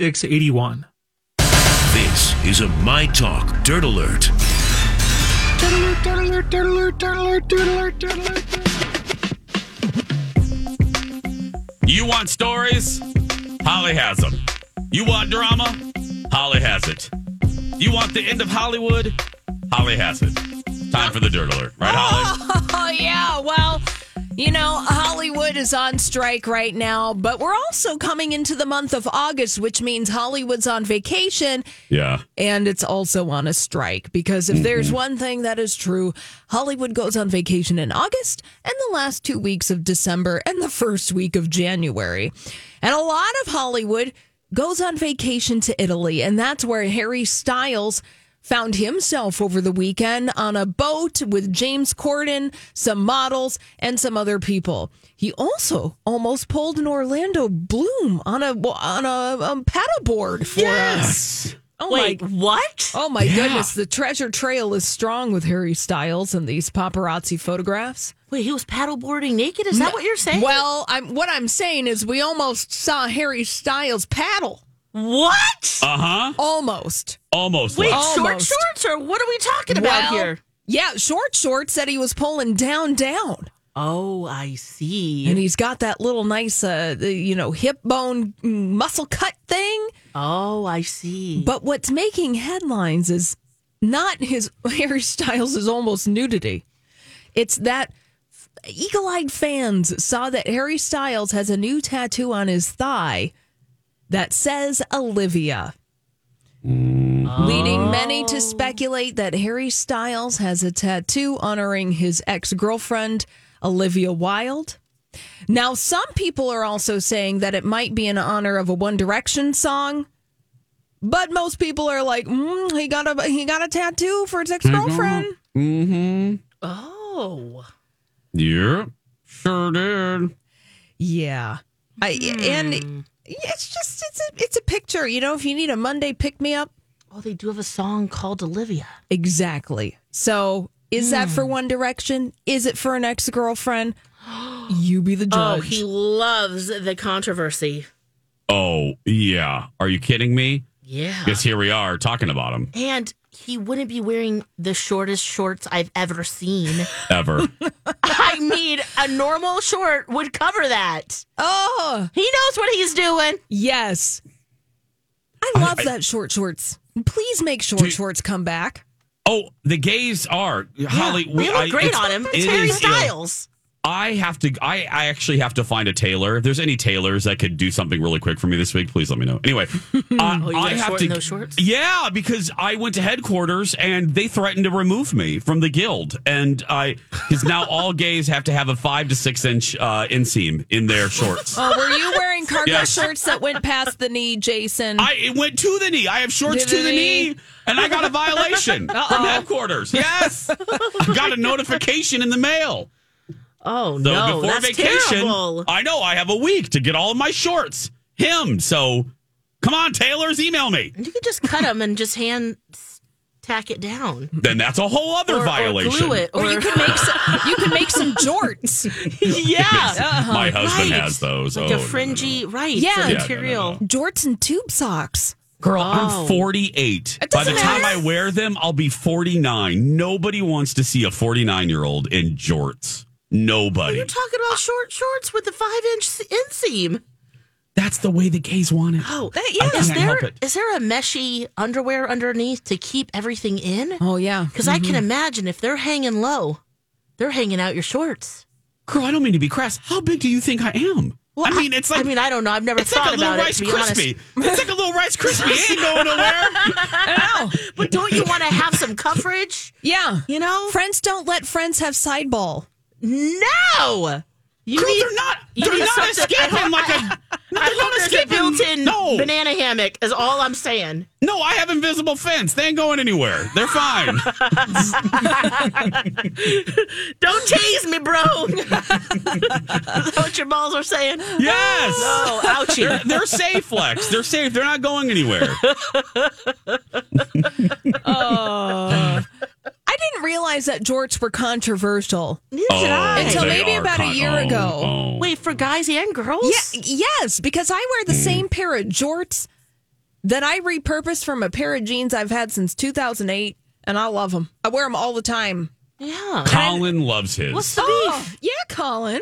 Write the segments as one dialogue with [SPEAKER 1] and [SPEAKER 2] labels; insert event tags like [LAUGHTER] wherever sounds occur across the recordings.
[SPEAKER 1] 681.
[SPEAKER 2] This is a My Talk Dirt Alert.
[SPEAKER 3] You want stories? Holly has them. You want drama? Holly has it. You want the end of Hollywood? Holly has it. Time for the dirt alert, right,
[SPEAKER 4] Ah.
[SPEAKER 3] Holly?
[SPEAKER 5] Oh, [LAUGHS] yeah. Well, you know, Hollywood is on strike right now, but we're also coming into the month of August, which means Hollywood's on vacation
[SPEAKER 3] Yeah.
[SPEAKER 5] and it's also on a strike. Because if there's one thing that is true, Hollywood goes on vacation in August and the last two weeks of December and the first week of January. And a lot of Hollywood goes on vacation to Italy, and that's where Harry Styles found himself over the weekend on a boat with James Corden, some models, and some other people. He also almost pulled an Orlando Bloom on a on a um, paddleboard for us. Oh
[SPEAKER 4] Wait,
[SPEAKER 5] my
[SPEAKER 4] what?
[SPEAKER 5] Oh my goodness, the treasure trail is strong with Harry Styles and these paparazzi photographs.
[SPEAKER 4] Wait, he was paddleboarding naked? Is that what you're saying?
[SPEAKER 5] Well, I'm what I'm saying is we almost saw Harry Styles paddle.
[SPEAKER 4] what?
[SPEAKER 3] Uh huh.
[SPEAKER 5] Almost.
[SPEAKER 3] Almost.
[SPEAKER 4] Wait,
[SPEAKER 3] left.
[SPEAKER 4] short
[SPEAKER 5] almost.
[SPEAKER 4] shorts or what are we talking
[SPEAKER 5] Well,
[SPEAKER 4] about here?
[SPEAKER 5] Yeah, short short said he was pulling down down.
[SPEAKER 4] Oh, I see.
[SPEAKER 5] And he's got that little nice uh the, you know, hip bone mm, muscle cut thing.
[SPEAKER 4] oh, I see.
[SPEAKER 5] But what's making headlines is not his [LAUGHS] Harry Styles is almost nudity. It's that eagle-eyed fans saw that Harry Styles has a new tattoo on his thigh that says Olivia. Leading many to speculate that Harry Styles has a tattoo honoring his ex-girlfriend Olivia Wilde. Now, some people are also saying that it might be in honor of a One Direction song. But most people are like, mm, he got a he got a tattoo for his ex girlfriend.
[SPEAKER 4] oh.
[SPEAKER 3] Yeah. Sure did.
[SPEAKER 5] Yeah, I, and it's just it's a it's a picture. You know, if you need a Monday pick me up,
[SPEAKER 4] Oh, they do have a song called Olivia.
[SPEAKER 5] exactly. So is that for One Direction? Is it for an ex girlfriend? [GASPS] You be the
[SPEAKER 4] Oh,
[SPEAKER 5] judge.
[SPEAKER 4] he loves the controversy.
[SPEAKER 3] Oh, yeah. Are you kidding me?
[SPEAKER 4] Yeah.
[SPEAKER 3] Guess here we are talking about him
[SPEAKER 4] And he wouldn't be wearing the shortest shorts I've ever seen. [LAUGHS]
[SPEAKER 3] ever.
[SPEAKER 4] I mean, a normal short would cover that.
[SPEAKER 5] oh
[SPEAKER 4] He knows what he's doing.
[SPEAKER 5] yes, I love that short shorts. Please make short
[SPEAKER 3] Do-
[SPEAKER 5] shorts come back.
[SPEAKER 3] oh, the gays are Holly.
[SPEAKER 4] they look
[SPEAKER 3] I-
[SPEAKER 4] great
[SPEAKER 3] it's-
[SPEAKER 4] on him. It's
[SPEAKER 3] it
[SPEAKER 4] Harry
[SPEAKER 3] is ill.
[SPEAKER 4] Styles.
[SPEAKER 3] I have to. I, I actually have to find a tailor. If there's any tailors that could do something really quick for me this week, please let me know. Anyway, uh,
[SPEAKER 4] you
[SPEAKER 3] I have
[SPEAKER 4] gotta
[SPEAKER 3] to.
[SPEAKER 4] shorten those shorts?
[SPEAKER 3] Yeah, because I went to headquarters and they threatened to remove me from the guild, and I because now all gays have to have a five to six inch uh, inseam in their shorts.
[SPEAKER 5] Oh, were you wearing cargo
[SPEAKER 3] Yes.
[SPEAKER 5] shorts that went past the knee, Jason?
[SPEAKER 3] I it went to the knee. I have shorts
[SPEAKER 5] To
[SPEAKER 3] to
[SPEAKER 5] the
[SPEAKER 3] the, knee.
[SPEAKER 5] knee.
[SPEAKER 3] and I got a violation from headquarters. Yes, [LAUGHS] got a notification in the mail.
[SPEAKER 4] Oh,
[SPEAKER 3] So
[SPEAKER 4] no.
[SPEAKER 3] before
[SPEAKER 4] that's
[SPEAKER 3] vacation,
[SPEAKER 4] terrible.
[SPEAKER 3] I know I have a week to get all of my shorts him. So come on, tailors, email me.
[SPEAKER 4] You could just cut them and just hand tack it down.
[SPEAKER 3] Then that's a whole other
[SPEAKER 4] Or- or
[SPEAKER 3] violation.
[SPEAKER 4] glue it. Or,
[SPEAKER 5] or you could make some, you could make some jorts.
[SPEAKER 4] [LAUGHS] yeah.
[SPEAKER 3] [LAUGHS] My husband
[SPEAKER 4] Uh-huh. Right.
[SPEAKER 3] has those.
[SPEAKER 4] Like
[SPEAKER 3] oh,
[SPEAKER 4] a
[SPEAKER 3] no, no,
[SPEAKER 4] fringy, right?
[SPEAKER 5] Yeah.
[SPEAKER 4] the
[SPEAKER 5] Yeah, no, no,
[SPEAKER 4] material.
[SPEAKER 5] Jorts and tube socks.
[SPEAKER 3] Girl,
[SPEAKER 4] Oh.
[SPEAKER 3] I'm 48.
[SPEAKER 5] It
[SPEAKER 3] By the
[SPEAKER 5] doesn't
[SPEAKER 3] time I
[SPEAKER 5] matter.
[SPEAKER 3] wear them, I'll be 49. Nobody wants to see a 49 year old in jorts. Nobody.
[SPEAKER 4] You're talking about short shorts with the five inch inseam.
[SPEAKER 3] That's the way the gays want it.
[SPEAKER 4] Oh,
[SPEAKER 5] That- yeah.
[SPEAKER 3] I
[SPEAKER 4] is
[SPEAKER 3] can't
[SPEAKER 4] there
[SPEAKER 3] help it.
[SPEAKER 4] is there a meshy underwear underneath to keep everything in?
[SPEAKER 5] Oh yeah.
[SPEAKER 4] Because I
[SPEAKER 3] Mm-hmm.
[SPEAKER 4] can imagine if they're hanging low, they're hanging out your shorts.
[SPEAKER 3] Girl, I don't mean to be crass. How big do you think I am? I mean, it's like
[SPEAKER 4] I mean, I don't know. I've never
[SPEAKER 3] it's
[SPEAKER 4] thought
[SPEAKER 3] like a little
[SPEAKER 4] about
[SPEAKER 3] Rice
[SPEAKER 4] it. To be
[SPEAKER 3] Krispie. It's like a little Rice Krispie. It ain't going nowhere.
[SPEAKER 4] honest, [LAUGHS] but don't you want to have some coverage?
[SPEAKER 5] Yeah.
[SPEAKER 4] You know,
[SPEAKER 5] Friends don't let friends have sideball.
[SPEAKER 4] no. You
[SPEAKER 3] Girl,
[SPEAKER 4] need-
[SPEAKER 3] they're not.
[SPEAKER 4] you
[SPEAKER 3] They're
[SPEAKER 4] need
[SPEAKER 3] not
[SPEAKER 4] something- I
[SPEAKER 3] escaping
[SPEAKER 4] hope-
[SPEAKER 3] like a. [LAUGHS] no, They're
[SPEAKER 4] I hope
[SPEAKER 3] not
[SPEAKER 4] there's a
[SPEAKER 3] escaping.
[SPEAKER 4] built-in
[SPEAKER 3] no,
[SPEAKER 4] banana hammock. Is all I'm saying.
[SPEAKER 3] no, I have invisible fence. They ain't going anywhere. They're
[SPEAKER 4] [LAUGHS]
[SPEAKER 3] fine.
[SPEAKER 4] Don't tease me, bro. [LAUGHS] Is that what your balls
[SPEAKER 3] [LAUGHS]
[SPEAKER 4] are saying?
[SPEAKER 3] yes.
[SPEAKER 4] Oh, ouchie.
[SPEAKER 3] They're safe, Lex. They're safe. They're not going anywhere.
[SPEAKER 4] [LAUGHS]
[SPEAKER 5] I didn't realize that jorts were controversial.
[SPEAKER 4] Neither did I.
[SPEAKER 5] Until
[SPEAKER 3] they
[SPEAKER 5] maybe
[SPEAKER 3] are
[SPEAKER 5] about a year
[SPEAKER 3] oh,
[SPEAKER 5] ago.
[SPEAKER 3] oh.
[SPEAKER 4] Wait, for guys and girls?
[SPEAKER 5] Yeah, yes, because I wear the
[SPEAKER 3] Hmm.
[SPEAKER 5] same pair of jorts that I repurposed from a pair of jeans I've had since 2008, and I love them. I wear them all the time.
[SPEAKER 4] Yeah.
[SPEAKER 3] Colin loves his.
[SPEAKER 4] What's the
[SPEAKER 5] Oh,
[SPEAKER 4] beef?
[SPEAKER 5] yeah, Colin.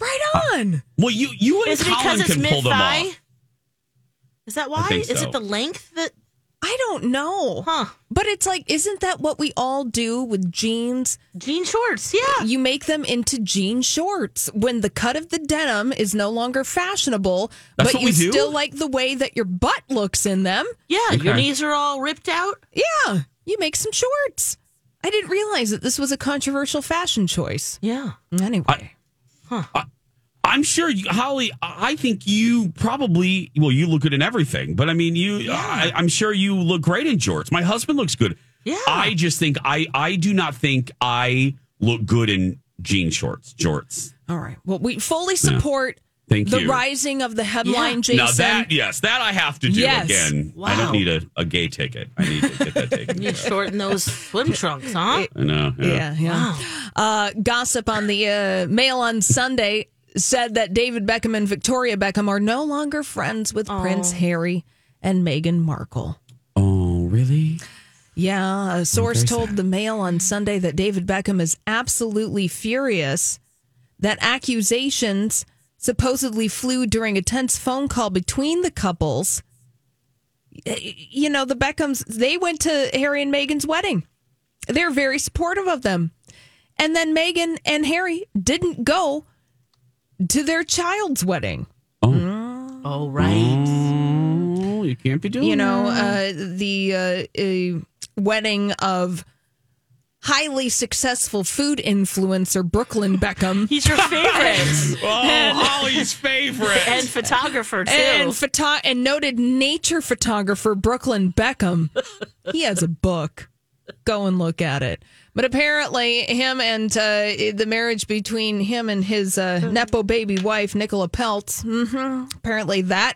[SPEAKER 5] Right
[SPEAKER 3] Ah.
[SPEAKER 5] on.
[SPEAKER 3] well, you you and
[SPEAKER 4] Is it
[SPEAKER 3] Colin
[SPEAKER 4] because it's
[SPEAKER 3] can pull
[SPEAKER 4] mid
[SPEAKER 3] them
[SPEAKER 4] thigh?
[SPEAKER 3] off.
[SPEAKER 4] Is that why?
[SPEAKER 3] think
[SPEAKER 4] Is
[SPEAKER 3] so.
[SPEAKER 4] it the length that.
[SPEAKER 5] I don't know.
[SPEAKER 4] Huh.
[SPEAKER 5] But it's like, isn't that what we all do with jeans?
[SPEAKER 4] Jean shorts, yeah.
[SPEAKER 5] You make them into jean shorts when the cut of the denim is no longer fashionable,
[SPEAKER 3] That's
[SPEAKER 5] but
[SPEAKER 3] what
[SPEAKER 5] you
[SPEAKER 3] we do?
[SPEAKER 5] still like the way that your butt looks in them.
[SPEAKER 4] Yeah, your
[SPEAKER 3] Okay.
[SPEAKER 4] knees are all ripped out.
[SPEAKER 5] Yeah, you make some shorts. I didn't realize that this was a controversial fashion choice.
[SPEAKER 4] Yeah.
[SPEAKER 5] Anyway.
[SPEAKER 3] I'm sure you, Holly. I I think you probably well, you look good in everything, but I mean, you. I, I'm sure you look great in jorts. My husband looks good.
[SPEAKER 4] Yeah.
[SPEAKER 3] I just think I I do not think I look good in jean shorts jorts.
[SPEAKER 5] All right. Well, we fully support
[SPEAKER 3] Thank
[SPEAKER 5] the
[SPEAKER 3] you.
[SPEAKER 5] rising of the headline,
[SPEAKER 4] Yeah.
[SPEAKER 5] Jason.
[SPEAKER 3] Now that yes, that I have to do
[SPEAKER 5] Yes.
[SPEAKER 3] again. I
[SPEAKER 4] Wow.
[SPEAKER 3] don't need a, a gay ticket. I need to get
[SPEAKER 4] [LAUGHS]
[SPEAKER 3] that taken.
[SPEAKER 4] You shorten
[SPEAKER 5] [LAUGHS]
[SPEAKER 4] those swim trunks, huh?
[SPEAKER 3] I know.
[SPEAKER 5] yeah, yeah. Uh, gossip on the uh, Mail on Sunday said that David Beckham and Victoria Beckham are no longer friends with Prince Harry and Meghan Markle.
[SPEAKER 3] Oh,
[SPEAKER 4] [LAUGHS]
[SPEAKER 3] really?
[SPEAKER 5] Yeah, a source told the Mail on Sunday that David Beckham is absolutely furious that accusations supposedly flew during a tense phone call between the couples. Y- You know, the Beckhams, they went to Harry and Meghan's wedding. They're very supportive of them. And then Meghan and Harry didn't go to their child's wedding.
[SPEAKER 4] Oh, right.
[SPEAKER 3] Oh, you can't be doing.
[SPEAKER 5] you know, uh, the uh, uh, wedding of highly successful food influencer Brooklyn Beckham
[SPEAKER 4] He's your favorite.
[SPEAKER 5] [LAUGHS]
[SPEAKER 3] Oh, Holly's favorite.
[SPEAKER 4] and photographer, too.
[SPEAKER 5] and photo- and noted nature photographer Brooklyn Beckham. He has a book. Go and look at it. But apparently, him and uh, the marriage between him and his uh, nepo baby wife Nicola Peltz. hmm apparently, that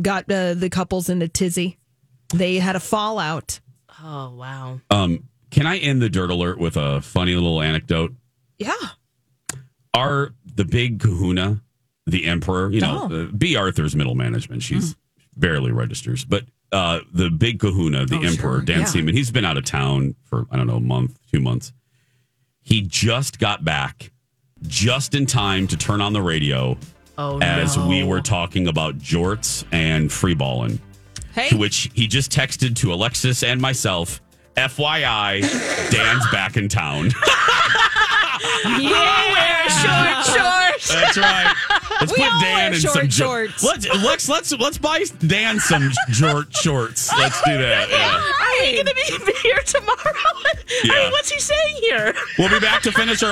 [SPEAKER 5] got uh, the couples in a tizzy. They had a fallout.
[SPEAKER 4] oh, wow.
[SPEAKER 3] Um, can I end the dirt alert with a funny little anecdote?
[SPEAKER 5] Yeah.
[SPEAKER 3] Are the big kahuna, the emperor, you
[SPEAKER 4] Oh.
[SPEAKER 3] know, uh, B. Arthur's middle management, she's barely registers, but uh, the big kahuna,
[SPEAKER 4] Oh,
[SPEAKER 3] the emperor, Dan Seaman, he's been out of town for, I don't know, a month, two months. He just got back just in time to turn on the radio
[SPEAKER 4] Oh,
[SPEAKER 3] as
[SPEAKER 4] no.
[SPEAKER 3] we were talking about jorts and free balling.
[SPEAKER 5] Hey.
[SPEAKER 3] To which he just texted to Alexis and myself, FYI, Dan's back in town. [LAUGHS]
[SPEAKER 5] Yeah.
[SPEAKER 3] [LAUGHS]
[SPEAKER 5] Short, short.
[SPEAKER 3] That's right. Let's
[SPEAKER 5] We
[SPEAKER 3] put
[SPEAKER 5] all
[SPEAKER 3] Dan
[SPEAKER 5] wear
[SPEAKER 3] in
[SPEAKER 5] short
[SPEAKER 3] some jor-
[SPEAKER 5] shorts.
[SPEAKER 3] Let's let's let's let's buy Dan some jort shorts. Let's do
[SPEAKER 5] [LAUGHS]
[SPEAKER 3] that. Yeah.
[SPEAKER 4] Are you going to be here tomorrow? I
[SPEAKER 3] Yeah.
[SPEAKER 4] mean, what's he saying here?
[SPEAKER 3] We'll be back to finish our